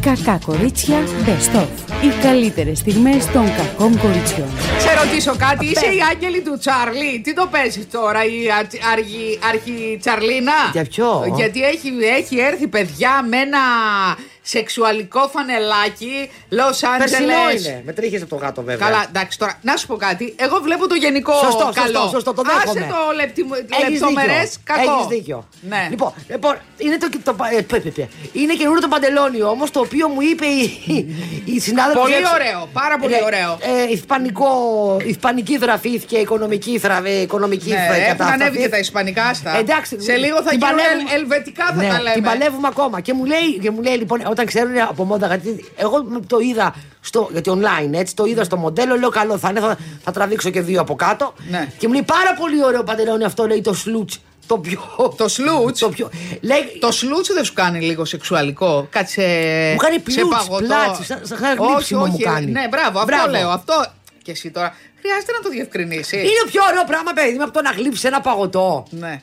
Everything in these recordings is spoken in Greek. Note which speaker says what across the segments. Speaker 1: Κακά κορίτσια, best of. Οι καλύτερες στιγμές των κακών κοριτσιών.
Speaker 2: Σε ρωτήσω κάτι, είσαι η άγγελη του Τσάρλι. Τι το παίζει τώρα, η ατσι- αργη- αρχιτσαρλίνα.
Speaker 3: Για ποιο?
Speaker 2: Γιατί έχει, έχει έρθει παιδιά με ένα σεξουαλικό φανελάκι Λο
Speaker 3: Περσινό
Speaker 2: Άντζελε.
Speaker 3: είναι. Με τρίχες από το γάτο βέβαια.
Speaker 2: Καλά, εντάξει τώρα, να σου πω κάτι. Εγώ βλέπω το γενικό
Speaker 3: Σωστό, σωστό,
Speaker 2: καλό.
Speaker 3: σωστό, το
Speaker 2: Άσε
Speaker 3: δέχομαι.
Speaker 2: το λεπτι...
Speaker 3: Έχεις
Speaker 2: λεπτομερέ
Speaker 3: δίκιο.
Speaker 2: κακό.
Speaker 3: Έχεις δίκιο.
Speaker 2: Ναι.
Speaker 3: Λοιπόν, λοιπόν, είναι το, το, ε, πε, πε, πε. είναι καινούριο το παντελόνι όμως, το οποίο μου είπε η, η συνάδελφος.
Speaker 2: Πολύ ωραίο, πάρα πολύ ωραίο.
Speaker 3: Ε, ισπανικό, ισπανική δραφήθηκε, οικονομική θραβε, οικονομική
Speaker 2: Ναι,
Speaker 3: θρα-
Speaker 2: έχουν
Speaker 3: κατάσταση.
Speaker 2: ανέβει και τα ισπανικά στα.
Speaker 3: Εντάξει,
Speaker 2: σε λίγο θα
Speaker 3: την
Speaker 2: γίνουν
Speaker 3: παλεύουμε.
Speaker 2: ελ- ελβετικά θα
Speaker 3: ναι,
Speaker 2: τα λέμε.
Speaker 3: Την παλεύουμε ακόμα. Και μου λέει, και μου λέει λοιπόν, όταν ξέρουν από μόδα, γιατί εγώ το είδα στο, γιατί online έτσι, το είδα στο μοντέλο, λέω καλό θα είναι, θα, θα τραβήξω και δύο από κάτω.
Speaker 2: Ναι.
Speaker 3: Και μου λέει πάρα πολύ ωραίο παντελόνι αυτό, λέει το σλούτς. Το πιο.
Speaker 2: Το σλούτς?
Speaker 3: Το πιο. Λέει,
Speaker 2: Το σλούτσο δεν σου κάνει λίγο σεξουαλικό. Κάτσε.
Speaker 3: Μου κάνει
Speaker 2: σε
Speaker 3: πλούτς,
Speaker 2: παγωτό.
Speaker 3: πλάτσι, σαν- σαν
Speaker 2: Όχι,
Speaker 3: γλύψιμο μου
Speaker 2: όχι.
Speaker 3: κάνει.
Speaker 2: Ναι, μπράβο, αυτό
Speaker 3: Μπράβο.
Speaker 2: λέω. Αυτό. Και εσύ τώρα. Χρειάζεται να το διευκρινίσεις.
Speaker 3: Είναι πιο ωραίο πράγμα, παιδί μου, από το να γλύψεις ένα παγωτό.
Speaker 2: Ναι.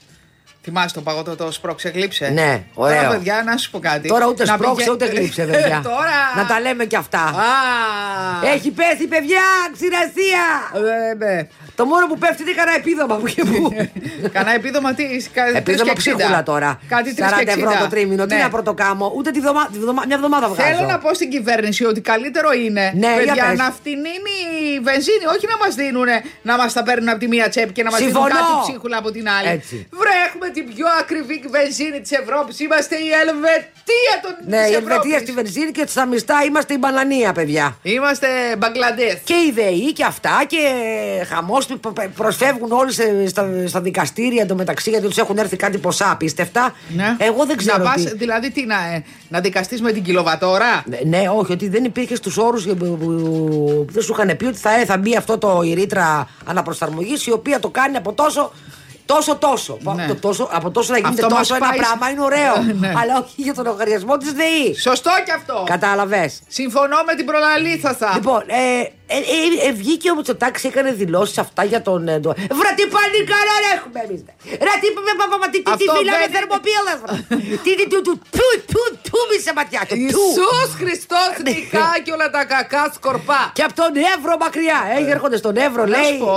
Speaker 2: Θυμάσαι το παγωτό το σπρώξε, γλύψε.
Speaker 3: Ναι, ωραίο.
Speaker 2: Τώρα, παιδιά, να σου πω κάτι.
Speaker 3: Τώρα ούτε
Speaker 2: Να
Speaker 3: σπρώξε
Speaker 2: πηγα-
Speaker 3: ούτε γλύψε, παιδιά.
Speaker 2: Τώρα.
Speaker 3: Να τα λέμε κι αυτά.
Speaker 2: Α.
Speaker 3: Έχει πέσει, παιδιά, ξηρασία!
Speaker 2: Ε, ναι.
Speaker 3: Το μόνο που πέφτει είναι κανένα επίδομα που και που.
Speaker 2: Κανά επίδομα τι. κάτι
Speaker 3: Επίδομα
Speaker 2: 3,60.
Speaker 3: ψίχουλα τώρα.
Speaker 2: Κάτι 3
Speaker 3: 40 ευρώ το τρίμηνο. Τι
Speaker 2: Ναι.
Speaker 3: να πρωτοκάμω, ούτε τη βδομα... τη βδομα- μια εβδομάδα βγάζω.
Speaker 2: Θέλω να πω στην κυβέρνηση ότι καλύτερο είναι
Speaker 3: Ναι, για
Speaker 2: παιδιά,
Speaker 3: πες.
Speaker 2: να φτηνίνει η βενζίνη, όχι να μας δίνουν να μας τα παίρνουν από τη μία τσέπη και να μας δίνουν
Speaker 3: Συμφωνώ.
Speaker 2: κάτι ψίχουλα από την άλλη.
Speaker 3: Έτσι.
Speaker 2: Βρε, έχουμε την πιο ακριβή βενζίνη της Ευρώπης. Είμαστε η Ελβετία των
Speaker 3: Ναι,
Speaker 2: της
Speaker 3: η Ελβετία
Speaker 2: Ευρώπης.
Speaker 3: στη βενζίνη και στα μιστά είμαστε η μπανανία, παιδιά.
Speaker 2: Είμαστε Μπαγκλαντές.
Speaker 3: Και οι ΔΕΗ και αυτά και χαμός προσφεύγουν όλοι σε- στα, στα δικαστήρια εντωμεταξύ γιατί τους έχουν έρθει κάτι ποσά απίστευτα. Εγώ δεν ξέρω.
Speaker 2: Ναι. Να πας,
Speaker 3: τι-
Speaker 2: δηλαδή, τι να, ε, να δικαστείς με την κιλοβατόρα.
Speaker 3: Ναι, Ναι, όχι, ότι δεν υπήρχε στους όρους που δεν σου είχαν πει ότι θα, θα μπει αυτό το η ρήτρα αναπροσαρμογής η οποία το κάνει από τόσο. Τόσο, τόσο. Που
Speaker 2: Ναι.
Speaker 3: Από, το τόσο από τόσο να γίνεται
Speaker 2: Αυτό μας
Speaker 3: τόσο ένα
Speaker 2: πάει σε-
Speaker 3: πράγμα είναι ωραίο.
Speaker 2: Ναι.
Speaker 3: Αλλά όχι για τον λογαριασμό της ΔΕΗ.
Speaker 2: Σωστό κι αυτό.
Speaker 3: Κατάλαβες.
Speaker 2: Συμφωνώ με την προλαλήθασα.
Speaker 3: Λοιπόν, ε, ε, ε, ε, βγήκε ο Μητσοτάκης, έκανε δηλώσεις αυτά για τον. Ε, το... Βρε τι πανικαρά έχουμε εμείς. Ρε τι με παπαματή, τι τη
Speaker 2: Αυτό
Speaker 3: φύλαμε
Speaker 2: δεν είναι-
Speaker 3: θερμοπύλας. Τι τι του του του του του μισέ ματιά του. του. Ναι.
Speaker 2: Ιησούς Χριστός νικά και όλα τα κακά σκορπά.
Speaker 3: Και από τον Εύρο μακριά. Ε, έρχονται στον Εύρο,
Speaker 2: Να
Speaker 3: λέει.
Speaker 2: σου πω,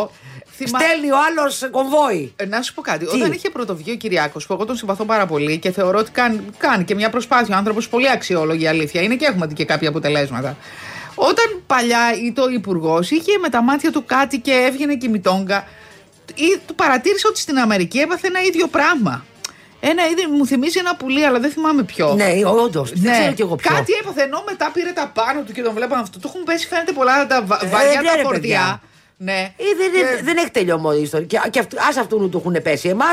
Speaker 2: θυμά-
Speaker 3: Στέλνει ο άλλος κομβόι.
Speaker 2: Ε, Να σου πω κάτι. Όταν είχε πρωτοβγεί ο Κυριάκος, που εγώ τον συμπαθώ πάρα πολύ και θεωρώ ότι κάνει, κάνει και μια προσπάθεια. Ο άνθρωπος πολύ αξιόλογη, αλήθεια είναι και έχουμε και κάποια αποτελέσματα. Όταν παλιά είτε ο υπουργός είχε με τα μάτια του κάτι και έβγαινε και η μητόγκα, ή του παρατήρησα ότι στην Αμερική έπαθε ένα ίδιο πράγμα. Ένα ίδιο, μου θυμίζει ένα πουλί, αλλά δεν θυμάμαι ποιο.
Speaker 3: Ναι, όντως. Δεν ξέρω κι εγώ ποιο.
Speaker 2: Κάτι έπαθε ενώ μετά πήρε τα πάνω του και τον βλέπαν αυτό. Του έχουν πέσει, φαίνεται πολλά τα βα-
Speaker 3: Ε,
Speaker 2: βαριά
Speaker 3: ναι,
Speaker 2: τα
Speaker 3: ρε,
Speaker 2: φορτιά.
Speaker 3: παιδιά.
Speaker 2: Ναι.
Speaker 3: Ε, δεν,
Speaker 2: Και-
Speaker 3: δεν, δεν έχει τελειωμό η ιστορία. Και, και αυτού, ας αυτού του έχουν πέσει. Εμάς,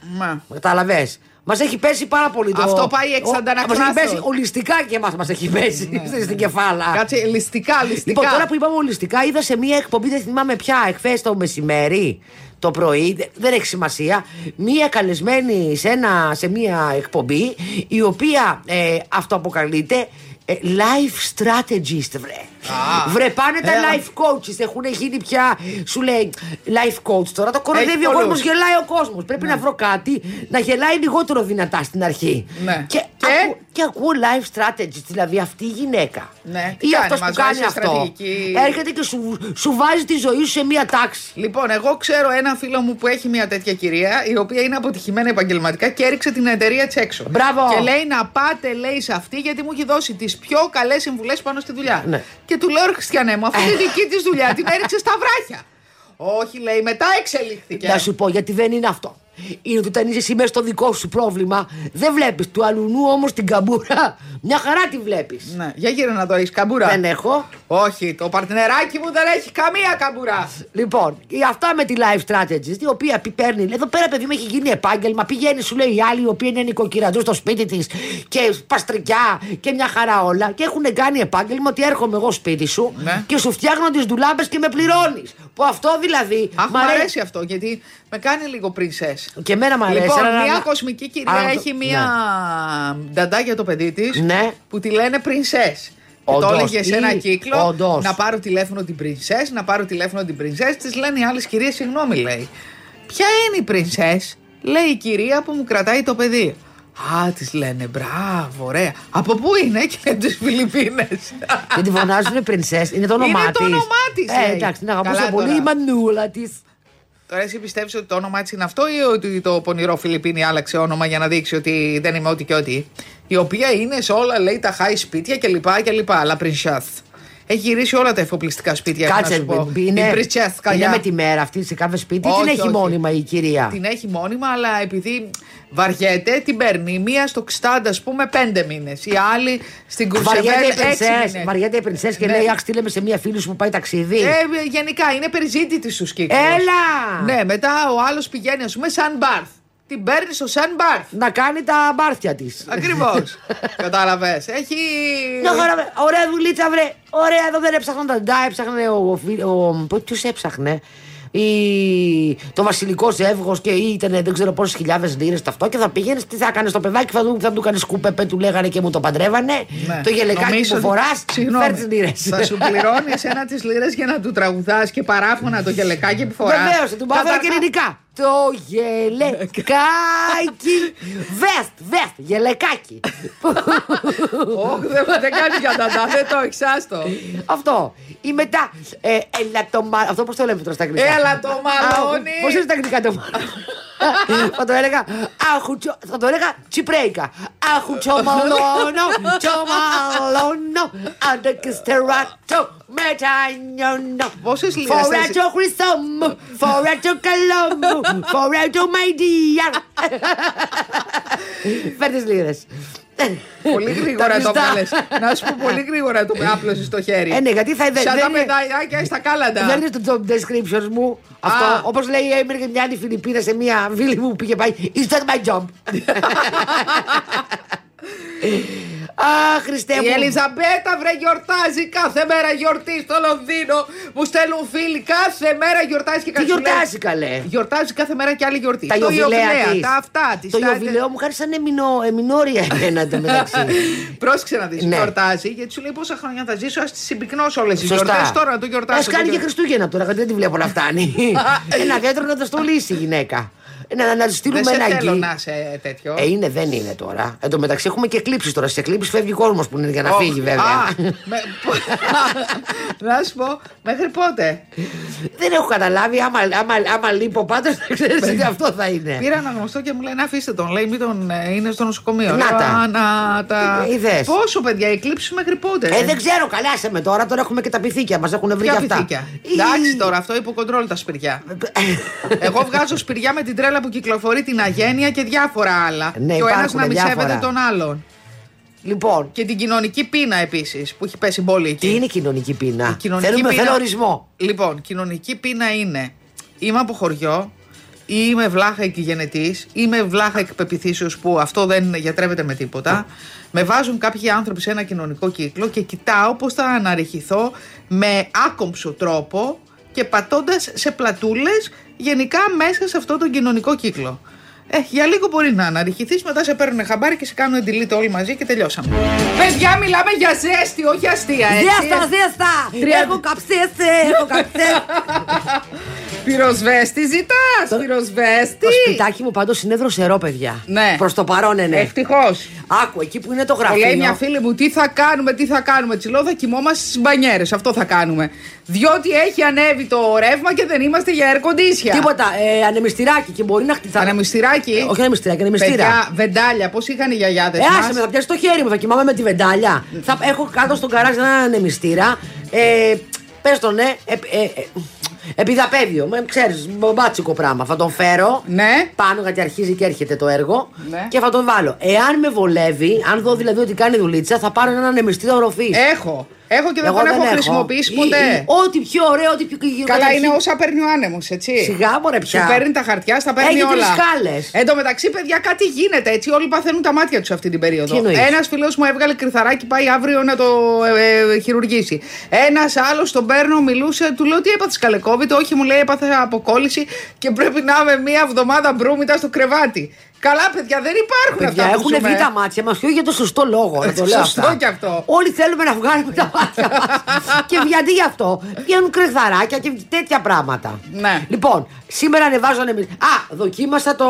Speaker 2: Μα.
Speaker 3: καταλαβέ. Μας έχει πέσει πάρα πολύ το.
Speaker 2: Αυτό πάει εξ αντανακλάστος.
Speaker 3: Μας έχει πέσει ολιστικά και εμάς μας έχει πέσει στην κεφάλα.
Speaker 2: Ναι. Κάτσε, ληστικά, ληστικά.
Speaker 3: Λοιπόν, τώρα που είπαμε ολιστικά, είδα σε μία εκπομπή, δεν θυμάμαι πια, εχθές το μεσημέρι, το πρωί, δε- δεν έχει σημασία. Μία καλεσμένη σε, ένα, σε μία εκπομπή, η οποία ε, αυτοαποκαλείται ε, life strategist, βρε.
Speaker 2: Α.
Speaker 3: βρε, πάνε τα
Speaker 2: Ε,
Speaker 3: life coaches. Έχουν γίνει πια, σου λέει life coach τώρα. Το κοροϊδεύει ο
Speaker 2: πολλούς.
Speaker 3: κόσμος, γελάει ο κόσμος. Πρέπει να βρω κάτι να γελάει λιγότερο δυνατά στην αρχή.
Speaker 2: Ναι.
Speaker 3: Και,
Speaker 2: Και?
Speaker 3: Ακού, και ακούω life strategy, δηλαδή αυτή η γυναίκα.
Speaker 2: Ναι. Τι
Speaker 3: Ή
Speaker 2: κάνει,
Speaker 3: αυτό που
Speaker 2: μας
Speaker 3: κάνει
Speaker 2: βάζει
Speaker 3: αυτό.
Speaker 2: στρατηγική.
Speaker 3: Έρχεται και σου, σου βάζει τη ζωή σου σε μία τάξη.
Speaker 2: Λοιπόν, εγώ ξέρω ένα φίλο μου που έχει μια τέτοια κυρία, η οποία είναι αποτυχημένη επαγγελματικά και έριξε την εταιρεία της έξω.
Speaker 3: Μπράβο.
Speaker 2: Και λέει να πάτε, λέει, σε αυτή, γιατί μου έχει δώσει τις πιο καλές συμβουλές πάνω στη δουλειά.
Speaker 3: Ναι.
Speaker 2: Και του λέω, «Ρε Χριστιανέ μου, αυτή τη δική της δουλειά την έριξε στα βράχια. Όχι, λέει, μετά εξελίχθηκε.
Speaker 3: Να σου πω γιατί δεν είναι αυτό. Είναι ότι όταν είσαι εσύ μέσα στο δικό σου πρόβλημα, δεν βλέπεις του αλουνού όμως την καμπούρα. Μια χαρά τη βλέπεις.
Speaker 2: Ναι. Για γύρω να το έχεις καμπούρα.
Speaker 3: Δεν έχω.
Speaker 2: Όχι, το παρτινεράκι μου δεν έχει καμία καμπουρά.
Speaker 3: Λοιπόν, η- αυτά με τη life strategies, η οποία πι- παίρνει. Εδώ πέρα, παιδί μου, έχει γίνει επάγγελμα. Πηγαίνει, σου λέει η άλλη, η οποία είναι νοικοκυραντού στο σπίτι της και παστρικιά και μια χαρά όλα. Και έχουν κάνει επάγγελμα ότι έρχομαι εγώ σπίτι σου
Speaker 2: Ναι.
Speaker 3: και σου φτιάχνω τις ντουλάμπες και με πληρώνεις. Που αυτό δηλαδή.
Speaker 2: Αχ,
Speaker 3: μ'
Speaker 2: μου
Speaker 3: αρέ-
Speaker 2: αρέσει αυτό, γιατί με κάνει λίγο princess.
Speaker 3: Και εμένα μου αρέσει.
Speaker 2: Λοιπόν,
Speaker 3: αλλά-
Speaker 2: μια
Speaker 3: αλλά-
Speaker 2: κοσμική κυρία
Speaker 3: αλλά-
Speaker 2: έχει μια νταντά για το παιδί της
Speaker 3: Ναι.
Speaker 2: που τη λένε Princess. Και το
Speaker 3: Όντως,
Speaker 2: έλεγε σε ένα
Speaker 3: ή-
Speaker 2: κύκλο
Speaker 3: όντως.
Speaker 2: να πάρω τηλέφωνο την Princess, να πάρω τηλέφωνο την Princess. Της λένε οι άλλες κυρίες, συγγνώμη λέει. Ποια είναι η Princess, λέει η κυρία που μου κρατάει το παιδί. Α, της λένε μπράβο, ωραία. Από πού είναι και είναι από τι Φιλιππίνε.
Speaker 3: Και τη φωνάζουν Ναι. Princess. Είναι το
Speaker 2: Είναι
Speaker 3: όνομά
Speaker 2: το
Speaker 3: της.
Speaker 2: όνομά της,
Speaker 3: Ε,
Speaker 2: λέει.
Speaker 3: εντάξει, την
Speaker 2: Καλά
Speaker 3: αγαπούσα πολύ
Speaker 2: τώρα.
Speaker 3: η μανούλα της.
Speaker 2: Τώρα εσύ πιστεύεις ότι το όνομά της είναι αυτό ή ότι το πονηρό Φιλιππίνη άλλαξε όνομα για να δείξει ότι δεν είμαι ό,τι και ό,τι. Η οποία είναι σε όλα, λέει, τα high σπίτια κλπ. κλπ. Αλλά Πριντζάθ. Έχει γυρίσει όλα τα εφοπλιστικά σπίτια. έχω να
Speaker 3: Κάτσε,
Speaker 2: σου πω.
Speaker 3: μ- είναι,
Speaker 2: Η Princess,
Speaker 3: είναι
Speaker 2: καλιά.
Speaker 3: με τη μέρα αυτή σε κάθε σπίτι.
Speaker 2: Όχι,
Speaker 3: την έχει
Speaker 2: όχι.
Speaker 3: μόνιμα η κυρία.
Speaker 2: Την έχει μόνιμα, αλλά επειδή βαριέται, την παίρνει. Η μία στο Ξτάντα, ας πούμε, πέντε μήνες. Η άλλη στην Κουρσεβέλ,
Speaker 3: Βαριέται η
Speaker 2: έξι
Speaker 3: Princess,
Speaker 2: μήνες.
Speaker 3: βαριέται η Princess και
Speaker 2: Ναι.
Speaker 3: λέει: Αχ, στείλε με σε μία φίλη σου που πάει ταξίδι.
Speaker 2: Ε, γενικά είναι περιζήτητης στου κύκλου.
Speaker 3: Έλα!
Speaker 2: Ναι, μετά ο άλλος πηγαίνει, ας πούμε, σαν μπαρθ. Την παίρνεις στο σαν μπαρθ.
Speaker 3: Να κάνει τα μπάρθια της.
Speaker 2: Ακριβώς. Κατάλαβες. Έχει.
Speaker 3: Ωραία δουλίτσα, βρε. Ωραία, εδώ δεν έψαχναν τα ντά, έψαχνε ο. φι- ο Ποιος έψαχνε. Η... Το βασιλικός εύγος και ήταν δεν ξέρω πόσες χιλιάδες λίρες ταυτό και θα πήγαινες, τι θα έκανε στο παιδάκι, θα του, θα του κάνεις σκούπεπε, του λέγανε και μου το παντρεύανε.
Speaker 2: Ναι.
Speaker 3: Το γελεκάκι
Speaker 2: Νομίζω
Speaker 3: που
Speaker 2: ότι-
Speaker 3: φοράς,
Speaker 2: Συγγνώμη.
Speaker 3: φέρ τις λίρες.
Speaker 2: Θα σου πληρώνεις ένα τις λίρες για να του τραγουδάς και παράφωνα το γελεκάκι που φοράς.
Speaker 3: Βεβαίως, του μάθαμε και ελληνικά. Το γελεκάκι. Βεστ, βεστ, γελεκάκι.
Speaker 2: Όχι, δεν θα κάνεις για τα τα. Δεν το έχεις, άστο.
Speaker 3: Αυτό. Ή μετά. Ε, έλα το μα... Αυτό πώς το λέμε τώρα στα αγγλικά.
Speaker 2: Έλα Ε, το μαλώνι.
Speaker 3: Πώς είναι στα αγγλικά το μαλώνι. θα το έλεγα. Αχουτσο... Θα το έλεγα τσιπρέικα. Αχουτσομαλώνο. Τσομαλώνο. Αντεκυστεράτο. Μετανιώνο.
Speaker 2: Πόσες λίρες θα
Speaker 3: Φορά
Speaker 2: ζη-
Speaker 3: το χρυσό μου. Φορά το καλό μου. Φορά το μαϊντία. Φέρτε λίρε.
Speaker 2: Πολύ γρήγορα το βάλες. Να σου πω πολύ γρήγορα το άπλωσες το χέρι.
Speaker 3: Ε, ναι, γιατί θα δεν-
Speaker 2: Σαν
Speaker 3: δεν
Speaker 2: τα
Speaker 3: είναι-
Speaker 2: παιδάκια στα κάλαντα.
Speaker 3: Δεν είναι στο job description μου. Αυτό. Όπως λέει η Έμερ και μια άλλη Φιλιππίνα σε μια φίλη μου που πήγε πάει. Is that my job? Α, Χριστέ
Speaker 2: Η
Speaker 3: μου.
Speaker 2: Ελιζαμπέτα βρε γιορτάζει κάθε μέρα γιορτή στο Λονδίνο. Μου στέλνουν φίλοι κάθε μέρα γιορτάζει και
Speaker 3: Τι
Speaker 2: κάτι σου λέει.
Speaker 3: γιορτάζει καλέ.
Speaker 2: Γιορτάζει κάθε μέρα και άλλη γιορτή.
Speaker 3: Ε. Τα
Speaker 2: Το
Speaker 3: γιοβιλέα της.
Speaker 2: τα αυτά τη.
Speaker 3: Το γιοβιλέο μου χάρη σαν εμεινό- εμεινόρια εμένα το μεταξύ.
Speaker 2: Πρόσεξε να δεις.
Speaker 3: Ναι.
Speaker 2: Γιορτάζει γιατί σου λέει πόσα χρόνια θα ζήσω. Ας τις συμπυκνώσω όλες τι γιορτέ.
Speaker 3: Σωστά.
Speaker 2: Τώρα να το γιορτάσει.
Speaker 3: Ας κάνει και Χριστούγεννα τώρα, γιατί δεν τη βλέπω να φτάνει. Ένα δέντρο να το στολίσει η γυναίκα. Να, να της
Speaker 2: Δεν
Speaker 3: στείλουμε
Speaker 2: σε
Speaker 3: ένα
Speaker 2: θέλω
Speaker 3: αγγί.
Speaker 2: να είσαι τέτοιο.
Speaker 3: Ε, είναι, δεν είναι τώρα. Εν τω μεταξύ έχουμε και κλήψει τώρα. Σε κλήψει φεύγει κόσμος που είναι για να
Speaker 2: Ωχ,
Speaker 3: φύγει, βέβαια.
Speaker 2: α, με- Να σου πω, μέχρι πότε.
Speaker 3: Ε. Δεν έχω καταλάβει. Άμα, άμα, άμα λείπω πάντως, θα ξέρεις ότι αυτό θα είναι.
Speaker 2: Πήρα ένα γνωστό και μου λέει να αφήστε τον. Λέει μην τον ε, είναι στο νοσοκομείο.
Speaker 3: Να
Speaker 2: Λέω,
Speaker 3: τα.
Speaker 2: «Α, Να τα.
Speaker 3: Ε, είδες.
Speaker 2: Πόσο παιδιά, η κλήψη μέχρι πότε.
Speaker 3: Ε, δεν ξέρω, καλά σε με τώρα. Τώρα έχουμε και τα πυθίκια μας. Έχουν βρει
Speaker 2: Ποια
Speaker 3: και αυτά.
Speaker 2: πυθίκια.
Speaker 3: Ή-
Speaker 2: Εντάξει τώρα, αυτό υποκοντρόλ τα σπηριά. Εγώ βγάζω σπηριά με την τρέλα που κυκλοφορεί την αγένεια και διάφορα άλλα.
Speaker 3: Ναι,
Speaker 2: και ο ένας
Speaker 3: υπάρχουν
Speaker 2: να μη
Speaker 3: διάφορα.
Speaker 2: σέβεται τον άλλον.
Speaker 3: Λοιπόν,
Speaker 2: Και την κοινωνική πείνα επίσης που έχει πέσει πολύ εκεί.
Speaker 3: τι είναι κοινωνική πείνα.
Speaker 2: Κοινωνική
Speaker 3: Θέλουμε,
Speaker 2: πείνα-
Speaker 3: Θέλω ορισμό.
Speaker 2: Λοιπόν, κοινωνική πείνα είναι είμαι από χωριό, ή είμαι βλάχα οικογενετή, είμαι βλάχα εκπεπιθήσεως που αυτό δεν γιατρεύεται με τίποτα. Με βάζουν κάποιοι άνθρωποι σε ένα κοινωνικό κύκλο και κοιτάω πώς θα αναρριχηθώ με άκομψο τρόπο και πατώντας σε πλατούλες γενικά μέσα σε αυτό τον κοινωνικό κύκλο. Ε, για λίγο μπορεί να αναρριχηθείς, μετά σε παίρνουν χαμπάρι και σε κάνουν delete όλοι μαζί και τελειώσαμε. Παιδιά, μιλάμε για ζέστη, όχι αστεία, έτσι.
Speaker 4: Ζέστα, ζέστα!
Speaker 2: Ε, Τρία-
Speaker 4: Έχω καψέσει, έχω καψέσει.
Speaker 2: Πυροσβέστη ζητάς! Πυροσβέστη!
Speaker 3: Το σπιτάκι μου πάντως είναι δροσερό, παιδιά.
Speaker 2: Ναι.
Speaker 3: Προς το παρόν, ναι. ναι.
Speaker 2: Ευτυχώς.
Speaker 3: Άκου, εκεί που είναι το
Speaker 2: Μου
Speaker 3: γραφείο.
Speaker 2: λέει μια φίλη μου, τι θα κάνουμε, τι θα κάνουμε. Τη λέω, θα κοιμόμαστε στις μπανιέρες. Αυτό θα κάνουμε. Διότι έχει ανέβει το ρεύμα και δεν είμαστε για air condition.
Speaker 3: Τίποτα, ε, ανεμιστηράκι και μπορεί να χτυπήσει.
Speaker 2: Ανεμιστηράκι.
Speaker 3: Ε, όχι ανεμιστηράκι, ανεμιστήρα.
Speaker 2: Παιδιά, βεντάλια, πώς είχαν οι γιαγιάδες.
Speaker 3: Ε, άσε με, θα πιάσει το χέρι μου, θα κοιμάμαι με τη βεντάλια. θα έχω κάτω στον καράζ ένα ανεμιστήρα. Ε, Πες τον, ναι. Ε, ε, ε, επιδαπέδιο, με ξέρει, μπατσικο πράγμα. Θα τον φέρω
Speaker 2: Ναι.
Speaker 3: πάνω γιατί αρχίζει και έρχεται το έργο
Speaker 2: Ναι.
Speaker 3: και θα τον βάλω. Εάν με βολεύει, αν δω δηλαδή ότι κάνει δουλίτσα, θα πάρω έναν ανεμιστήρα οροφή.
Speaker 2: Έχω. Έχω Ε, και δεν τον έχω χρησιμοποιήσει ποτέ.
Speaker 3: Ό,τι πιο ωραίο, ό,τι πιο
Speaker 2: Καλά,
Speaker 3: καταρχήν-
Speaker 2: είναι όσα παίρνει ο άνεμος, έτσι.
Speaker 3: Σιγά μωρέ πια.
Speaker 2: Σου παίρνει τα χαρτιά, στα παίρνει
Speaker 3: Έχει
Speaker 2: όλα.
Speaker 3: τρεις σκάλες.
Speaker 2: Εν τω μεταξύ, παιδιά, κάτι γίνεται έτσι. Όλοι παθαίνουν τα μάτια τους αυτή την περίοδο.
Speaker 3: Τι εννοείς?
Speaker 2: Ένας φιλό μου έβγαλε κρυθαράκι, πάει αύριο να το ε, ε, χειρουργήσει. Ένας άλλος τον παίρνω, μιλούσε, του λέω τι έπαθες καλέ COVID. Όχι, μου λέει έπαθε αποκόλληση και πρέπει να είμαι μία εβδομάδα μπρούμητα στο κρεβάτι. Καλά, παιδιά, δεν υπάρχουν
Speaker 3: Παιδιά,
Speaker 2: αυτά. που
Speaker 3: έχουν
Speaker 2: ζούμε.
Speaker 3: βρει τα μάτια μας και όχι για το σωστό λόγο. Να το λέω
Speaker 2: Σωστό
Speaker 3: αυτά.
Speaker 2: κι αυτό.
Speaker 3: Όλοι θέλουμε να βγάλουμε τα μάτια μας. και γιατί γι' αυτό βγαίνουν κρυθαράκια και τέτοια πράγματα.
Speaker 2: Ναι.
Speaker 3: Λοιπόν, σήμερα ανεβάζω ανεμιστήρα. Α, δοκίμασα το.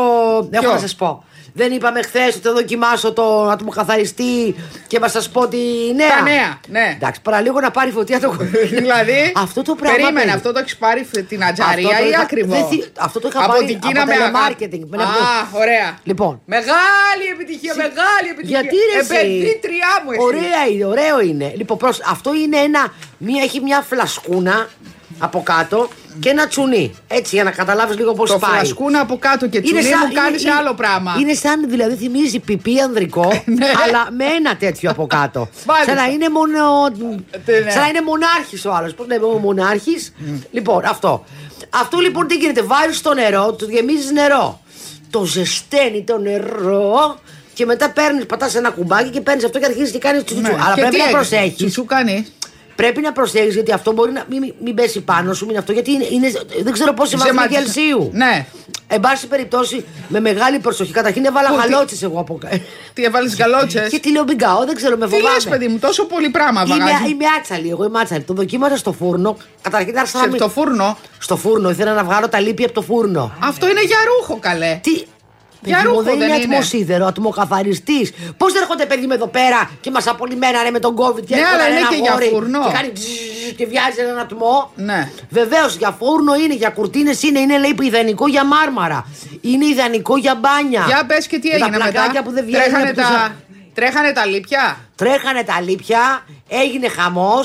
Speaker 3: Έχω να σας πω. Δεν είπαμε χθες ότι θα δοκιμάσω τον ατμοκαθαριστή και να σας πω τη νέα.
Speaker 2: Τα νέα, ναι.
Speaker 3: Εντάξει, παραλίγο να πάρει φωτιά το κολλήνι.
Speaker 2: δηλαδή.
Speaker 3: αυτό το πράγμα.
Speaker 2: Περίμενε,
Speaker 3: παιδί.
Speaker 2: αυτό το έχεις πάρει φε- την ατζαρία
Speaker 3: Αυτό το
Speaker 2: ή
Speaker 3: είχα-
Speaker 2: ακριβό.
Speaker 3: δεν θυ- αυτό το είχα πάρει
Speaker 2: την
Speaker 3: από
Speaker 2: Κίνα με
Speaker 3: telemarketing.
Speaker 2: αγάπη.
Speaker 3: Με λεπτό.
Speaker 2: Α, ωραία.
Speaker 3: Λοιπόν.
Speaker 2: Μεγάλη επιτυχία, μεγάλη επιτυχία.
Speaker 3: Γιατί ρε εσύ.
Speaker 2: Επενδύτριά μου εσύ.
Speaker 3: Ωραία είναι, ωραίο είναι. Λοιπόν, προς, αυτό είναι ένα, μία, έχει μια φλασκούνα από κάτω και ένα τσουνί. Έτσι, για να καταλάβεις λίγο πώς
Speaker 2: Το
Speaker 3: πάει.
Speaker 2: φλασκούνα από κάτω και τσουνί μου κάνει
Speaker 3: είναι-
Speaker 2: άλλο πράγμα.
Speaker 3: Είναι σαν, δηλαδή θυμίζει πιπί ανδρικό,
Speaker 2: Ναι.
Speaker 3: αλλά με ένα τέτοιο από κάτω.
Speaker 2: Μάλιστα.
Speaker 3: σαν να είναι μόνο.
Speaker 2: Τε, ναι.
Speaker 3: σαν να είναι μονάρχης ο άλλος. Πώς λέμε, ο μονάρχης. Λοιπόν, αυτό. Αυτό λοιπόν τι γίνεται. Βάζεις στο νερό, το γεμίζεις νερό. Το ζεσταίνει το νερό και μετά παίρνεις, πατάς ένα κουμπάκι και παίρνεις αυτό και αρχίζεις και κάνεις τσουτσου.
Speaker 2: Ναι.
Speaker 3: Αλλά
Speaker 2: Και τι
Speaker 3: πρέπει να
Speaker 2: έγινε,
Speaker 3: προσέχεις.
Speaker 2: Τι σου κάνεις.
Speaker 3: Πρέπει να προσέχεις γιατί αυτό μπορεί να μην, μην, πέσει πάνω σου, μην αυτό. Γιατί είναι, είναι- δεν ξέρω πόσοι βαθμοί
Speaker 2: Ξεματι-
Speaker 3: Κελσίου.
Speaker 2: Ναι.
Speaker 3: Εν πάση περιπτώσει, με μεγάλη προσοχή. Καταρχήν έβαλα
Speaker 2: Πού, τι-
Speaker 3: γαλότσες εγώ από κάτω.
Speaker 2: Τι έβαλες γαλότσες.
Speaker 3: Και τη λέω μπιγκάω, δεν ξέρω, με
Speaker 2: Τι λες,
Speaker 3: φοβάμαι.
Speaker 2: παιδί μου, τόσο πολύ πράγμα
Speaker 3: Είμαι,
Speaker 2: βαγάζει.
Speaker 3: είμαι άτσαλη, εγώ είμαι άτσαλη. Το δοκίμασα στο φούρνο. Καταρχήν άρχισα να
Speaker 2: Σε
Speaker 3: μην-
Speaker 2: το φούρνο.
Speaker 3: Στο φούρνο, ήθελα να βγάλω τα λίπη από το φούρνο.
Speaker 2: Αυτό είναι για ρούχο, καλέ.
Speaker 3: Τι.
Speaker 2: Για
Speaker 3: Παιδί μου,
Speaker 2: ρούχο
Speaker 3: δεν
Speaker 2: δεν
Speaker 3: είναι
Speaker 2: είναι.
Speaker 3: ατμοσίδερο, ατμοκαθαριστής. Πώς έρχονται παιδί μου εδώ πέρα και μας απολυμμένανε με τον COVID και
Speaker 2: Ναι,
Speaker 3: έρχονταν
Speaker 2: αλλά είναι
Speaker 3: ένα
Speaker 2: και για
Speaker 3: αγόρι
Speaker 2: φούρνο.
Speaker 3: Και κάνει τζζζ και βιάζει έναν ατμό.
Speaker 2: Ναι.
Speaker 3: Βεβαίως για φούρνο είναι, για κουρτίνες είναι, είναι λέει ιδανικό για μάρμαρα. Είναι ιδανικό για μπάνια.
Speaker 2: Για πες και τι
Speaker 3: Για
Speaker 2: έγινε
Speaker 3: τα πλακάκια
Speaker 2: μετά.
Speaker 3: που δεν βγαίνουν
Speaker 2: Τρέχανε
Speaker 3: από τους-
Speaker 2: τα, τρέχανε τα λίπια.
Speaker 3: Τρέχανε τα λίπια, έγινε χαμός.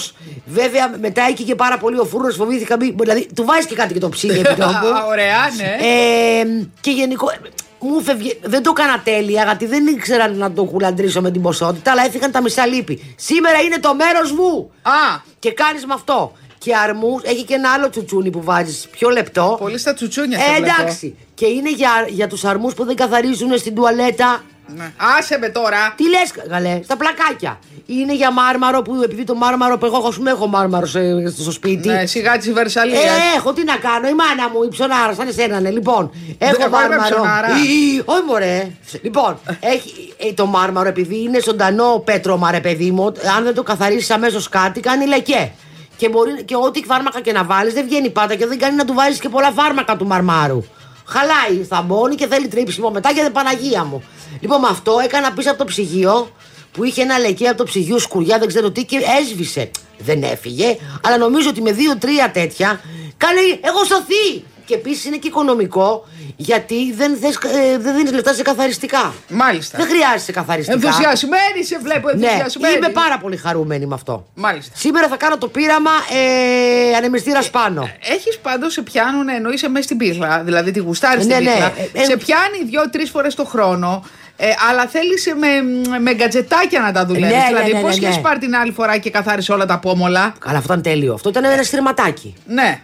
Speaker 3: Βέβαια, μετά εκεί και πάρα πολύ ο φούρνος φοβήθηκα. μη- Δηλαδή, του βάζει και κάτι και το ψύγει επί τόπου.
Speaker 2: Α, Ωραία, ναι.
Speaker 3: Ε, και γενικό. Μου φεύγε, δεν το έκανα τέλεια γιατί δεν ήξερα να το κουλαντρίσω με την ποσότητα, αλλά έφυγαν τα μισά λύπη. Σήμερα είναι το μέρος μου!
Speaker 2: Α,
Speaker 3: Και κάνεις με αυτό. Και αρμού, έχει και ένα άλλο τσουτσούνι που βάζεις πιο λεπτό.
Speaker 2: πολύ στα τσουτσούνια
Speaker 3: Ε,
Speaker 2: σε βλέπω.
Speaker 3: εντάξει. Και είναι για, για τους αρμούς που δεν καθαρίζουν στην τουαλέτα.
Speaker 2: Ναι. Άσε με τώρα.
Speaker 3: Τι λες, καλέ, στα πλακάκια. Είναι για μάρμαρο που επειδή το μάρμαρο που εγώ ας πούμε, έχω μάρμαρο σε- στο σπίτι.
Speaker 2: Ναι, σιγά τη Βερσαλία.
Speaker 3: Ε, έχω τι να κάνω, η μάνα μου, η ψωνάρα, σαν εσένα, ναι. Λοιπόν, έχω
Speaker 2: εγώ είμαι
Speaker 3: μάρμαρο.
Speaker 2: ψωνάρα.
Speaker 3: Ή, Όχι, μωρέ. Λοιπόν, έχει, ε, το μάρμαρο, επειδή είναι ζωντανό πέτρωμα, ρε παιδί μου, αν δεν το καθαρίσει αμέσως κάτι, κάνει λεκέ. Και, μπορεί, και ό,τι φάρμακα και να βάλεις, δεν βγαίνει πάντα και δεν κάνει να του βάλεις και πολλά φάρμακα του μαρμάρου. Χαλάει, θαμπώνει και θέλει τρίψιμο μετά και δεν Παναγία μου. Λοιπόν, με αυτό έκανα πίσω από το ψυγείο που είχε ένα λεκέ από το ψυγείο σκουριά, δεν ξέρω τι, και έσβησε. Δεν έφυγε, αλλά νομίζω ότι με δύο-τρία τέτοια. Καλέ, έχω σωθεί! Και επίσης είναι και οικονομικό, γιατί δεν, θες, ε, δεν δίνεις λεφτά σε καθαριστικά.
Speaker 2: Μάλιστα.
Speaker 3: Δεν χρειάζεσαι καθαριστικά.
Speaker 2: Ενθουσιασμένη σε βλέπω,
Speaker 3: Ναι,
Speaker 2: ενθουσιασμένη.
Speaker 3: είμαι πάρα πολύ χαρούμενη με αυτό.
Speaker 2: Μάλιστα.
Speaker 3: Σήμερα θα κάνω το πείραμα ε, ανεμιστήρα πάνω.
Speaker 2: Έχεις πάντως σε πιάνουν ενώ είσαι μέσα στην πύχλα, δηλαδή τη γουστάρεις
Speaker 3: Ναι,
Speaker 2: την
Speaker 3: ναι.
Speaker 2: πύχλα.
Speaker 3: Ε, ε,
Speaker 2: σε πιάνει δύο-τρει φορές το χρόνο, ε, αλλά θέλεις με, με γκατζετάκια να τα δουλεύεις.
Speaker 3: Ναι, ναι,
Speaker 2: δηλαδή,
Speaker 3: ναι,
Speaker 2: πώς
Speaker 3: ναι,
Speaker 2: και
Speaker 3: ναι.
Speaker 2: έχεις πάρει την άλλη φορά και καθάρισε όλα τα πόμολα.
Speaker 3: Καλά, αυτό ήταν τέλειο. Αυτό ήταν ένα στριμματάκι.
Speaker 2: Ναι.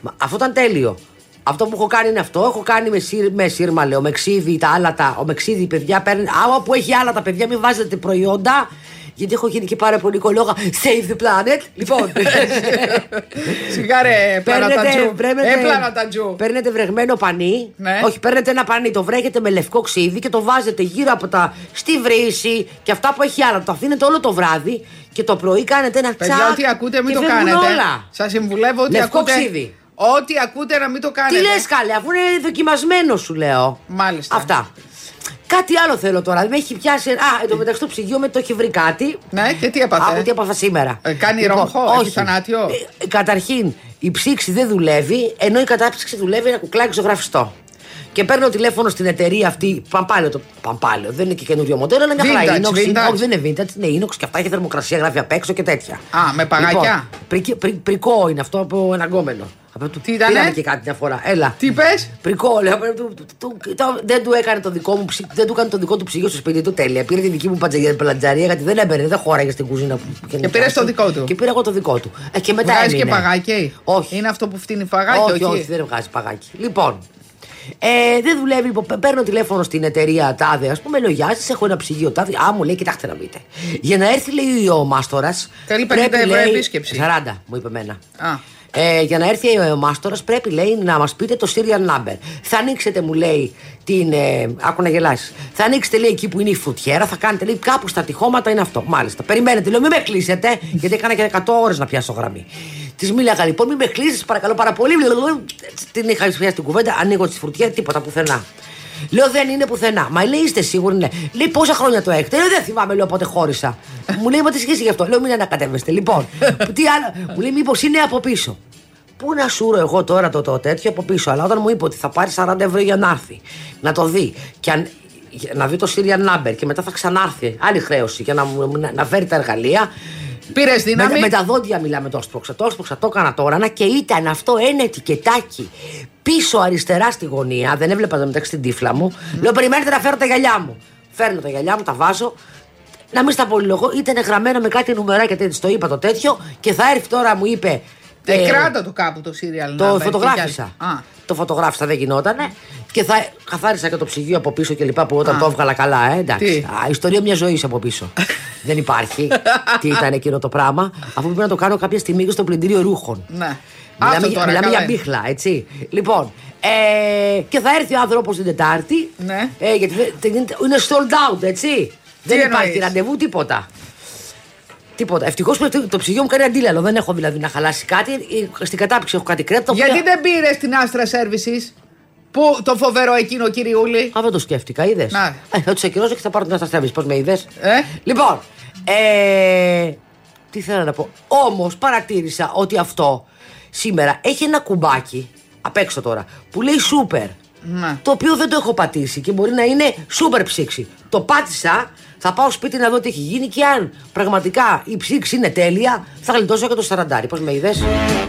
Speaker 3: Μα Αυτό ήταν τέλειο. Αυτό που έχω κάνει είναι αυτό. Έχω κάνει με, σύρ, με σύρμα, λέω, με ξύδι, τα άλατα. Ο μεξίδι, παιδιά, παίρνει. Άμα που έχει άλατα, παιδιά, μην βάζετε προϊόντα. Γιατί έχω γίνει και πάρα πολύ κολόγα. Save the planet. Λοιπόν.
Speaker 2: Σιγά ρε, πλανατατζού. Ε,
Speaker 3: παίρνετε,
Speaker 2: πλανατατζού.
Speaker 3: παίρνετε βρεγμένο πανί.
Speaker 2: Ναι.
Speaker 3: Όχι, παίρνετε ένα πανί, το βρέχετε με λευκό ξύδι και το βάζετε γύρω από τα. στη βρύση και αυτά που έχει άλατα. Το αφήνετε όλο το βράδυ και το πρωί κάνετε ένα τσακ.
Speaker 2: Παιδιά, ό,τι ακούτε, μην
Speaker 3: και
Speaker 2: το
Speaker 3: φεύγουν
Speaker 2: κάνετε.
Speaker 3: Όλα.
Speaker 2: Σας συμβουλεύω ότι
Speaker 3: Λευκό
Speaker 2: ακούτε.
Speaker 3: ξύδι.
Speaker 2: Ό,τι ακούτε να μην το κάνετε.
Speaker 3: Τι λες, καλέ, αφού είναι δοκιμασμένο, σου λέω.
Speaker 2: ναι, Μάλιστα.
Speaker 3: Αυτά. Κάτι άλλο θέλω τώρα. Με έχει πιάσει. Α, εν τω μεταξύ το ψυγείο με το έχει βρει κάτι.
Speaker 2: Ναι, και τι έπαθε.
Speaker 3: Από τι έπαθα σήμερα. Λοιπόν,
Speaker 2: Ε, κάνει ρογχό, έχει θανάτιο.
Speaker 3: Ε, καταρχήν, η ψήξη δεν δουλεύει, ενώ η κατάψυξη δουλεύει ένα κουκλάκι ζωγραφιστό. Και παίρνω τηλέφωνο στην εταιρεία αυτή, παμπάλαιο το παμπάλαιο, δεν είναι και καινούριο μοντέλο, αλλά είναι απλά
Speaker 2: Vintage,
Speaker 3: inox,
Speaker 2: vintage.
Speaker 3: Όχι, δεν είναι vintage, είναι inox και αυτά έχει θερμοκρασία, γράφει απ' έξω και τέτοια.
Speaker 2: Α, με παγάκια.
Speaker 3: Λοιπόν, πρικ- πρι- πρικό είναι αυτό από εναγκόμενο. Από το-
Speaker 2: Τι ήτανε?
Speaker 3: πήραμε και κάτι μια φορά. Έλα.
Speaker 2: Τι πες?
Speaker 3: Πρικό, λέω. πρέπει του- του- του- του- Δεν του έκανε το δικό μου ψυ- δεν του έκανε το δικό του ψυγείο στο σπίτι του τέλεια. Πήρε τη δική μου πατζαγια- πλατζαρία γιατί δεν έμπαινε, δεν χώραγε στην κουζίνα. που-
Speaker 2: Και πήρες το δικό του.
Speaker 3: Και πήρα εγώ το δικό του. Ε, και μετά
Speaker 2: Βγάζεις
Speaker 3: έμεινε.
Speaker 2: και παγάκι.
Speaker 3: Όχι.
Speaker 2: Είναι αυτό που φτύνει παγάκι,
Speaker 3: όχι, όχι, δεν βγάζει παγάκι. Λοιπόν, ε, δεν δουλεύει. λοιπόν, Παίρνω τηλέφωνο στην εταιρεία τάδε. Ας πούμε, λογιάζει, έχω ένα ψυγείο τάδε. Α, μου λέει, κοιτάξτε να δείτε. Για να έρθει, λέει ο μάστορας.
Speaker 2: Θέλει 50 ευρώ επίσκεψη.
Speaker 3: 40, μου είπε εμένα.
Speaker 2: Α.
Speaker 3: Ε, για να έρθει ο μάστορας, πρέπει λέει να μας πείτε το serial number. Θα ανοίξετε, μου λέει, την. Ε, άκου να γελάσεις. Θα ανοίξετε, λέει, εκεί που είναι η φρουτιέρα, θα κάνετε, λέει, κάπου στα τυχώματα είναι αυτό. Μάλιστα. Περιμένετε, λέω, μην με κλείσετε, γιατί έκανα και 100 ώρες να πιάσω γραμμή. Της μίλαγα λοιπόν, μην με κλείσεις, παρακαλώ πάρα πολύ. Την είχα πιάσει την κουβέντα, ανοίγω τη φρουτιέρα, τίποτα πουθενά. Λέω δεν είναι πουθενά. Μα λέει είστε σίγουροι, ναι. Λέει πόσα χρόνια το έχετε. Λέω δεν θυμάμαι, λέω πότε χώρισα. Μου λέει μα τι σχέση γι' αυτό. Λέω μην ανακατεύεστε. Λοιπόν, τι άλλο. Μου λέει μήπως είναι από πίσω. Πού να σούρω εγώ τώρα το, το τέτοιο από πίσω. Αλλά όταν μου είπε ότι θα πάρει 40 ευρώ για να έρθει, να το δει. Και αν, για να δει το Syrian number και μετά θα ξανάρθει. Άλλη χρέωση για να, μου- να, να φέρει τα εργαλεία.
Speaker 2: Πήρες
Speaker 3: Με,
Speaker 2: δύναμη.
Speaker 3: με τα δόντια μιλάμε, το άσπρωξα. Το άσπρωξα, το έκανα τώρα. Να και ήταν αυτό ένα ετικετάκι πίσω αριστερά στη γωνία. Δεν έβλεπα το μεταξύ την τύφλα μου. Λέω: Περιμένετε να φέρω τα γυαλιά μου. Φέρνω τα γυαλιά μου, τα βάζω. Να μην στα πολυλογώ. Ήταν γραμμένα με κάτι νουμεράκια τέτοιο. Το είπα το τέτοιο και θα έρθει τώρα, μου είπε.
Speaker 2: Ε,
Speaker 3: ε,
Speaker 2: κράτα το κάπου το σύριαλ.
Speaker 3: το φωτογράφησα.
Speaker 2: Α,
Speaker 3: Το φωτογράφησα, δεν γινότανε. Και θα καθάρισα και το ψυγείο από πίσω και λοιπά που όταν το έβγαλα καλά, ε, εντάξει.
Speaker 2: Τι?
Speaker 3: Α, ιστορία μιας ζωής από πίσω. δεν υπάρχει. Τι ήταν εκείνο το πράγμα, αφού πρέπει να το κάνω κάποια στιγμή και στο πλυντήριο ρούχων.
Speaker 2: ναι.
Speaker 3: Μιλάμε,
Speaker 2: Άστο
Speaker 3: για-
Speaker 2: τώρα,
Speaker 3: μιλάμε
Speaker 2: καλά
Speaker 3: για
Speaker 2: είναι.
Speaker 3: μπίχλα, έτσι. Λοιπόν, ε, και θα έρθει ο άνθρωπος την Τετάρτη.
Speaker 2: Ναι.
Speaker 3: Ε, γιατί δεν- δεν- είναι sold out, έτσι. δεν
Speaker 2: εννοείς?
Speaker 3: υπάρχει ραντεβού, τίποτα. Τίποτα. Ευτυχώς το ψυγείο μου κάνει αντίλαλο. Δεν έχω δηλαδή να χαλάσει κάτι. Ε, Στην κατάψυξη έχω κάτι κρέατα. τα οποία-
Speaker 2: Γιατί δεν πήρες την Άστρα Services που το φοβερό εκείνο κυριούλη.
Speaker 3: Α, δεν το σκέφτηκα, είδες.
Speaker 2: Να.
Speaker 3: θα του ακυρώσω και θα πάρω την αστραβή. Πώς με είδες.
Speaker 2: Ε?
Speaker 3: Λοιπόν, ε, τι θέλω να πω. Όμως παρατήρησα ότι αυτό σήμερα έχει ένα κουμπάκι απ' έξω τώρα που λέει σούπερ.
Speaker 2: Ναι.
Speaker 3: Το οποίο δεν το έχω πατήσει και μπορεί να είναι σούπερ ψήξη. Το πάτησα, θα πάω σπίτι να δω τι έχει γίνει και αν πραγματικά η ψήξη είναι τέλεια, θα γλιτώσω και το 40. Πώς με είδες.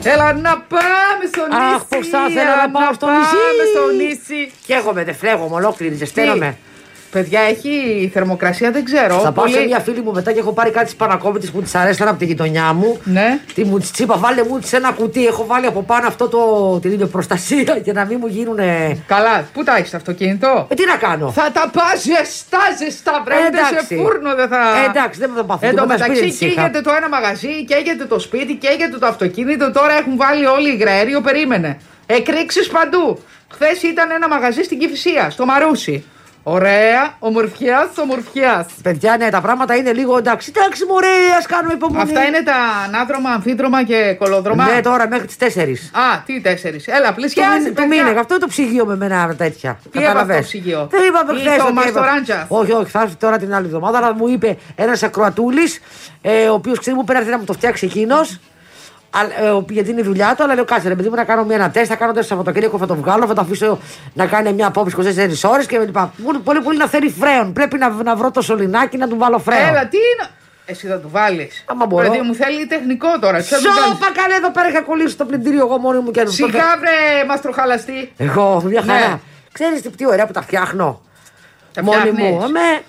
Speaker 2: Έλα να πάμε στο νησί.
Speaker 3: Αχ, πώς θα ήθελα να
Speaker 2: έλα
Speaker 3: πάω στο νησί.
Speaker 2: πάμε στο νησί.
Speaker 3: Καίγομαι, δεν φλέγομαι ολόκληρη, ζεσταίνομαι.
Speaker 2: Παιδιά, έχει θερμοκρασία, δεν ξέρω.
Speaker 3: Θα πάω
Speaker 2: Πολύ-
Speaker 3: σε μια φίλη μου μετά και έχω πάρει κάτι σπανακόμητε που της αρέσαν από τη γειτονιά μου.
Speaker 2: Ναι.
Speaker 3: Τη μου της τσίπα, βάλε μου της σε ένα κουτί. Έχω βάλει από πάνω αυτό το. την είναι προστασία για να μην μου γίνουν. Ε,
Speaker 2: Καλά, πού τα έχεις το αυτοκίνητο.
Speaker 3: τι να κάνω.
Speaker 2: Θα τα πας ζεστά, ζεστά. Βρέντε σε
Speaker 3: εντάξει.
Speaker 2: φούρνο, δεν θα.
Speaker 3: Ε, εντάξει, δεν θα παθώ.
Speaker 2: Εν τω
Speaker 3: Το μέσα
Speaker 2: μεταξύ,
Speaker 3: σπίτι της είχα.
Speaker 2: καίγεται το ένα μαγαζί, καίγεται το σπίτι, καίγεται το αυτοκίνητο. Τώρα έχουν βάλει όλοι υγραέριο, περίμενε. Εκρήξεις παντού. Χθες ήταν ένα μαγαζί στην Κυφυσία, στο Μαρούσι. Ωραία, ομορφιάς, ομορφιάς.
Speaker 3: Παιδιά, ναι, τα πράγματα είναι λίγο εντάξει. Εντάξει, μωρές, α κάνουμε υπομονή.
Speaker 2: Αυτά είναι τα ανάδρομα, αμφίδρομα και κολοδρομα.
Speaker 3: Ναι, τώρα μέχρι τις 4.
Speaker 2: Α, τι τέσσερις. Έλα, πλησιάζει.
Speaker 3: Του
Speaker 2: παιδιά.
Speaker 3: μήνα, αυτό είναι το ψυγείο με μένα τέτοια.
Speaker 2: Τι
Speaker 3: Καταλαβες.
Speaker 2: έπαθε το ψυγείο?
Speaker 3: Δεν είπαμε
Speaker 2: Ή
Speaker 3: χθες.
Speaker 2: το μαστοράντζα.
Speaker 3: Όχι, όχι, θα έρθει τώρα την άλλη εβδομάδα. Αλλά μου είπε ένας ακροατούλης, ε, ο οποίος ξέρει μου πέρασε να μου το φτιάξει εκείνος. Ε, ο- γιατί είναι η δουλειά του, αλλά λέω κάτσε ρε παιδί μου να κάνω μια ένα τεστ, θα κάνω τεστ Σαββατοκύριακο, θα το βγάλω, θα το αφήσω να κάνει μια απόψη 24 ώρες και λοιπά. Μου- Πολύ πολύ να θέλει φρέον. Πρέπει να, να βρω το σωληνάκι να του βάλω φρέον.
Speaker 2: Έλα, τι είναι. Εσύ θα του βάλεις.
Speaker 3: Άμα μπορώ.
Speaker 2: Δηλαδή μου θέλει τεχνικό τώρα. τι θα του κάνεις.
Speaker 3: Σώπα καλέ εδώ πέρα είχα κολλήσει το πλυντήριο εγώ μόνη μου και να το-
Speaker 2: Σιγά βρε, μαστροχαλαστή.
Speaker 3: Εγώ, μια
Speaker 2: Ναι.
Speaker 3: χαρά. Ξέρεις τι, τι ωραία που τα φτιάχνω.
Speaker 2: Τα
Speaker 3: Μόνη
Speaker 2: φτιάχνεις.
Speaker 3: μου. ε, Με...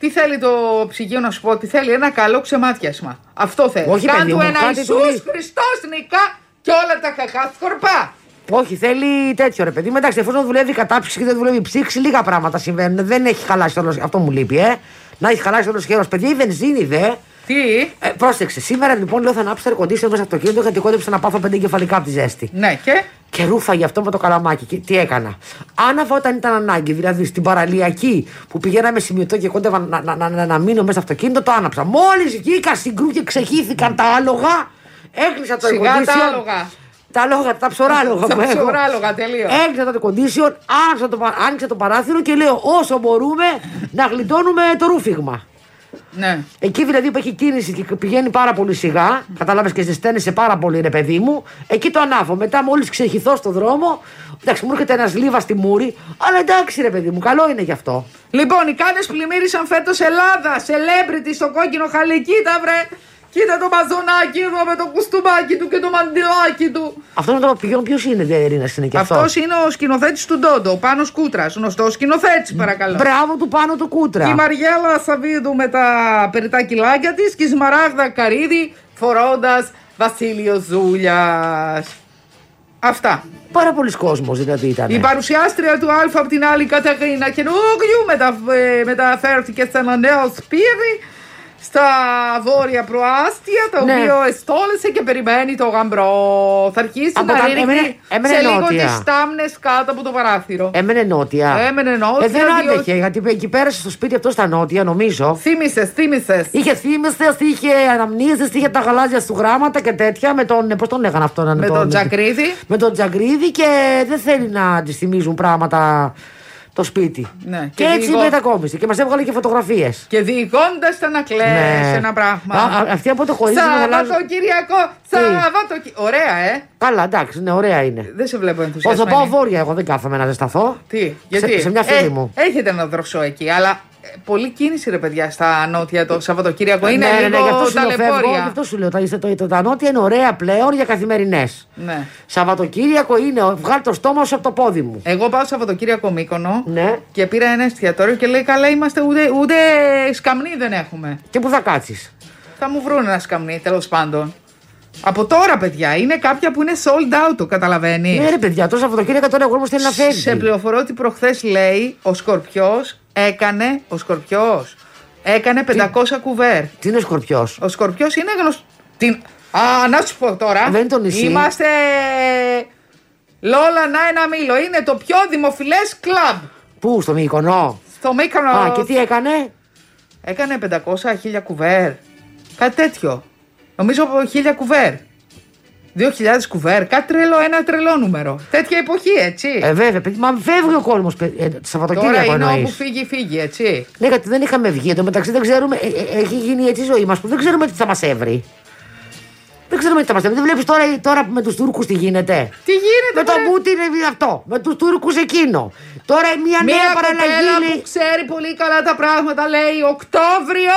Speaker 2: Τι θέλει το ψυγείο να σου πω, τι θέλει, ένα καλό ξεμάτιασμα. Αυτό θέλει.
Speaker 3: Όχι,
Speaker 2: Κάν
Speaker 3: παιδί
Speaker 2: του
Speaker 3: μου,
Speaker 2: ένα
Speaker 3: κάτι
Speaker 2: Ιησούς
Speaker 3: πολύ-
Speaker 2: Χριστός νικά και όλα τα κακά σκορπά.
Speaker 3: Όχι, θέλει τέτοιο ρε παιδί. μου. Εντάξει, εφόσον δουλεύει η κατάψυξη και δεν δουλεύει η ψήξη, λίγα πράγματα συμβαίνουν. Δεν έχει χαλάσει όλος. Αυτό μου λείπει, ε. Να έχει χαλάσει όλος χέρο. Παιδιά, η βενζίνη δε.
Speaker 2: Τι,
Speaker 3: Ε, πρόσεξε, σήμερα λοιπόν λέω θα ανάψω το air conditioner μέσα στο αυτοκίνητο γιατί κόντεψα να πάθω πέντε κεφαλικά από τη ζέστη.
Speaker 2: ναι και.
Speaker 3: Και ρούφα γι' αυτό με το καλαμάκι. Και τι έκανα. Άναβα όταν ήταν ανάγκη. Δηλαδή στην παραλιακή που πηγαίναμε σημειωτό και κόντευα να, να, να, να, να μείνω μέσα στο αυτοκίνητο, το άναψα. Μόλις βγήκα στην κρού και ξεχύθηκαν τα άλογα, έκλεισα το air
Speaker 2: Σιγά τα
Speaker 3: conditioner.
Speaker 2: άλογα.
Speaker 3: Τα άλογα, τα ψωράλογα
Speaker 2: Τα
Speaker 3: που έχω.
Speaker 2: ψωράλογα, τελείως.
Speaker 3: Έκλεισα το air condition, άνοιξα το, πα- άνοιξα το παράθυρο και λέω όσο μπορούμε να γλιτώνουμε το ρούφιγμα.
Speaker 2: Ναι.
Speaker 3: Εκεί δηλαδή που έχει κίνηση και πηγαίνει πάρα πολύ σιγά, κατάλαβε και ζεσταίνεσαι πάρα πολύ, ρε παιδί μου, εκεί το ανάβω. Μετά, μόλις ξεχυθώ στο δρόμο, εντάξει, μου έρχεται ένας λίβας στη μούρη, αλλά εντάξει, ρε παιδί μου, καλό είναι γι' αυτό.
Speaker 2: Λοιπόν, οι κάνε πλημμύρισαν φέτος Ελλάδα. Celebrity στο κόκκινο χαλί. Κοίτα, βρε. Κοίτα το μαζονάκι εδώ με το κουστούμάκι του και το μαντιλάκι του.
Speaker 3: Αυτό είναι το πηγαίνω, ποιος είναι, δεν είναι, είναι και αυτό.
Speaker 2: Αυτός είναι ο σκηνοθέτης του Ντόντο, ο Πάνος Κούτρας. Γνωστός σκηνοθέτης, παρακαλώ.
Speaker 3: Μπράβο του πάνω του κούτρα.
Speaker 2: Η Μαριέλα Σαββίδου με τα περιτά κιλάκια της και η Σμαράγδα Καρίδη φορώντας Βασίλειο Ζούλιας. Αυτά.
Speaker 3: Πάρα πολλοί κόσμος δηλαδή ήταν.
Speaker 2: Η παρουσιάστρια του Α από την άλλη Καταρίνα Καινούριου μετα, ε, μεταφέρθηκε σε ένα νέο σπίτι στα βόρεια προάστια, το
Speaker 3: Ναι.
Speaker 2: οποίο εστόλεσε και περιμένει το γαμπρό. Θα αρχίσει
Speaker 3: Από
Speaker 2: να
Speaker 3: τα-
Speaker 2: ρίχνει
Speaker 3: έμενε- έμενε
Speaker 2: σε λίγο
Speaker 3: νότια. Ε-
Speaker 2: τις τάμνες κάτω από το παράθυρο.
Speaker 3: Έμενε νότια.
Speaker 2: Έμενε νότια,
Speaker 3: Ε, δεν
Speaker 2: διότι-
Speaker 3: άντεχε, γιατί εκεί πέρασε στο σπίτι αυτό στα νότια, νομίζω.
Speaker 2: Θύμησες, θύμησες.
Speaker 3: Είχε θύμιστε, είχε αναμνήσεις, είχε τα γαλάζια σου γράμματα και τέτοια. Με τον. Πώς τον λέγανε αυτόν,
Speaker 2: Με τον Τζακρίδη.
Speaker 3: με τον Τζαγκρίδη και δεν θέλει να τη θυμίζουν πράγματα το σπίτι.
Speaker 2: Ναι,
Speaker 3: Και,
Speaker 2: και
Speaker 3: έτσι
Speaker 2: λίγο-
Speaker 3: μετακόμισε και μας έβγαλε και φωτογραφίες.
Speaker 2: Και διηγώντας τα να κλαίς ένα πράγμα.
Speaker 3: Ναι. Α, α, αυτοί από το χωρί να αλλάζουν.
Speaker 2: Σαββατοκυριακό! Σαββατοκυριακό! Ωραία, ε!
Speaker 3: Καλά, εντάξει, ναι, ωραία είναι.
Speaker 2: Δεν σε βλέπω
Speaker 3: Ω, θα
Speaker 2: ενθουσιασμένη.
Speaker 3: πάω βόρεια, εγώ δεν κάθομαι να ζεσταθώ.
Speaker 2: Τι,
Speaker 3: Σε-
Speaker 2: γιατί.
Speaker 3: Σε, μια φίλη
Speaker 2: Ε,
Speaker 3: μου.
Speaker 2: Έχετε ένα δροσό εκεί, αλλά ε, πολλή κίνηση ρε παιδιά στα νότια το Σαββατοκύριακο. Είναι
Speaker 3: ναι, ναι, ναι, γι'
Speaker 2: λίγο
Speaker 3: αυτό σου λέω φεύγω, γι'
Speaker 2: ταλαιπώρια.
Speaker 3: αυτό σου λέω. Τα, είστε- το, το, τα νότια είναι ωραία πλέον για καθημερινές.
Speaker 2: Ναι.
Speaker 3: Σαββατοκύριακο είναι, βγάλει το στόμα σου από το πόδι μου.
Speaker 2: Εγώ πάω Σαββατοκύριακο Μύκονο
Speaker 3: Ναι.
Speaker 2: και πήρα ένα εστιατόριο και λέει καλά είμαστε ούτε, ούτε σκαμνί δεν έχουμε.
Speaker 3: Και πού θα κάτσεις.
Speaker 2: Θα μου βρουν ένα σκαμνί τέλος πάντων. Από τώρα παιδιά είναι κάποια που είναι sold out το καταλαβαίνεις.
Speaker 3: Ναι, ρε παιδιά, το Σαββατοκύριακο τώρα ο κόσμος θέλει να φεύγει.
Speaker 2: Σε πληροφορώ ότι προχθές λέει ο Σκορπιός έκανε. Ο Σκορπιός έκανε 500 κουβέρ.
Speaker 3: Τι είναι ο Σκορπιός.
Speaker 2: Ο Σκορπιός είναι γνωστό. Την... Α, να σου πω τώρα.
Speaker 3: Δεν το νησί.
Speaker 2: Είμαστε. Λόλα να ένα μήλο. Είναι το πιο δημοφιλές κλαμπ.
Speaker 3: Πού, στο Μύκονο.
Speaker 2: Στο Μήκονο.
Speaker 3: Α, και τι έκανε.
Speaker 2: Έκανε 500-1000 κουβέρ. Κάτι τέτοιο. Νομίζω 1000 κουβέρ. 2000 κουβέρ. Κάτι τρελό, ένα τρελό νούμερο. Τέτοια εποχή, έτσι.
Speaker 3: Ε, βέβαια, παιδί, μα φεύγει ο κόσμος. Ε, το
Speaker 2: Τώρα
Speaker 3: Σαββατοκύριακο
Speaker 2: είναι
Speaker 3: εννοείς.
Speaker 2: όπου φύγει, φύγει, έτσι.
Speaker 3: Ναι, γιατί δεν είχαμε βγει. Εν τω μεταξύ δεν ξέρουμε. ε, ε, έχει γίνει έτσι η ζωή μας που δεν ξέρουμε τι θα μας έβρει. Δεν ξέρουμε τι θα μας έβρει. Δεν βλέπεις τώρα, τώρα με τους Τούρκους τι γίνεται. Ε,
Speaker 2: Τι γίνεται,
Speaker 3: Με τον
Speaker 2: βρε?
Speaker 3: Πούτιν είναι αυτό. Με τους Τούρκους εκείνο. Τώρα μια
Speaker 2: Μία
Speaker 3: νέα
Speaker 2: κοπέλα
Speaker 3: παραλλαγή.
Speaker 2: που ξέρει πολύ καλά τα πράγματα λέει Οκτώβριο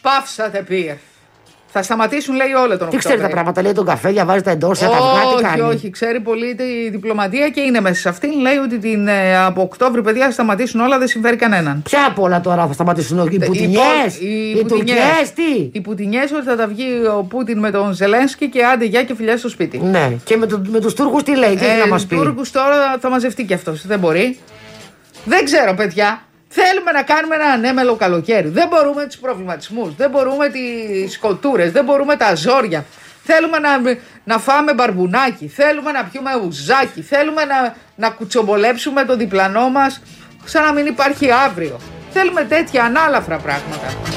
Speaker 2: παύσατε πύρ. Θα σταματήσουν λέει όλα τον
Speaker 3: Τι
Speaker 2: Οκτώβριο.
Speaker 3: ξέρει τα πράγματα. Λέει τον καφέ, διαβάζει τα εντόσια, τα αυγά, τι
Speaker 2: Όχι,
Speaker 3: κάνει.
Speaker 2: όχι, ξέρει πολύ τη διπλωματία και είναι μέσα σε αυτήν. Λέει ότι την, ε, από Οκτώβριο, παιδιά, θα σταματήσουν όλα, δεν συμφέρει κανέναν.
Speaker 3: Ποια από όλα τώρα θα σταματήσουν οι πουτινιέ,
Speaker 2: πο-
Speaker 3: οι,
Speaker 2: πουτινιές.
Speaker 3: τουρκιές, τι.
Speaker 2: Οι πουτινιές ότι θα τα βγει ο Πούτιν με τον Ζελένσκι και άντε γεια και φιλιά στο σπίτι.
Speaker 3: Ναι, και με, το, με τους Τούρκους τι λέει, τι έχει να μας πει.
Speaker 2: Ε, Τούρκους τώρα θα μαζευτεί κι αυτός, δεν μπορεί. Δεν ξέρω παιδιά. Θέλουμε να κάνουμε ένα ανέμελο καλοκαίρι. Δεν μπορούμε τους προβληματισμούς, δεν μπορούμε τις κοτούρες, δεν μπορούμε τα ζόρια. Θέλουμε να, να φάμε μπαρμπουνάκι, θέλουμε να πιούμε ουζάκι, θέλουμε να, να κουτσομπολέψουμε το διπλανό μας σαν να μην υπάρχει αύριο. Θέλουμε τέτοια ανάλαφρα πράγματα.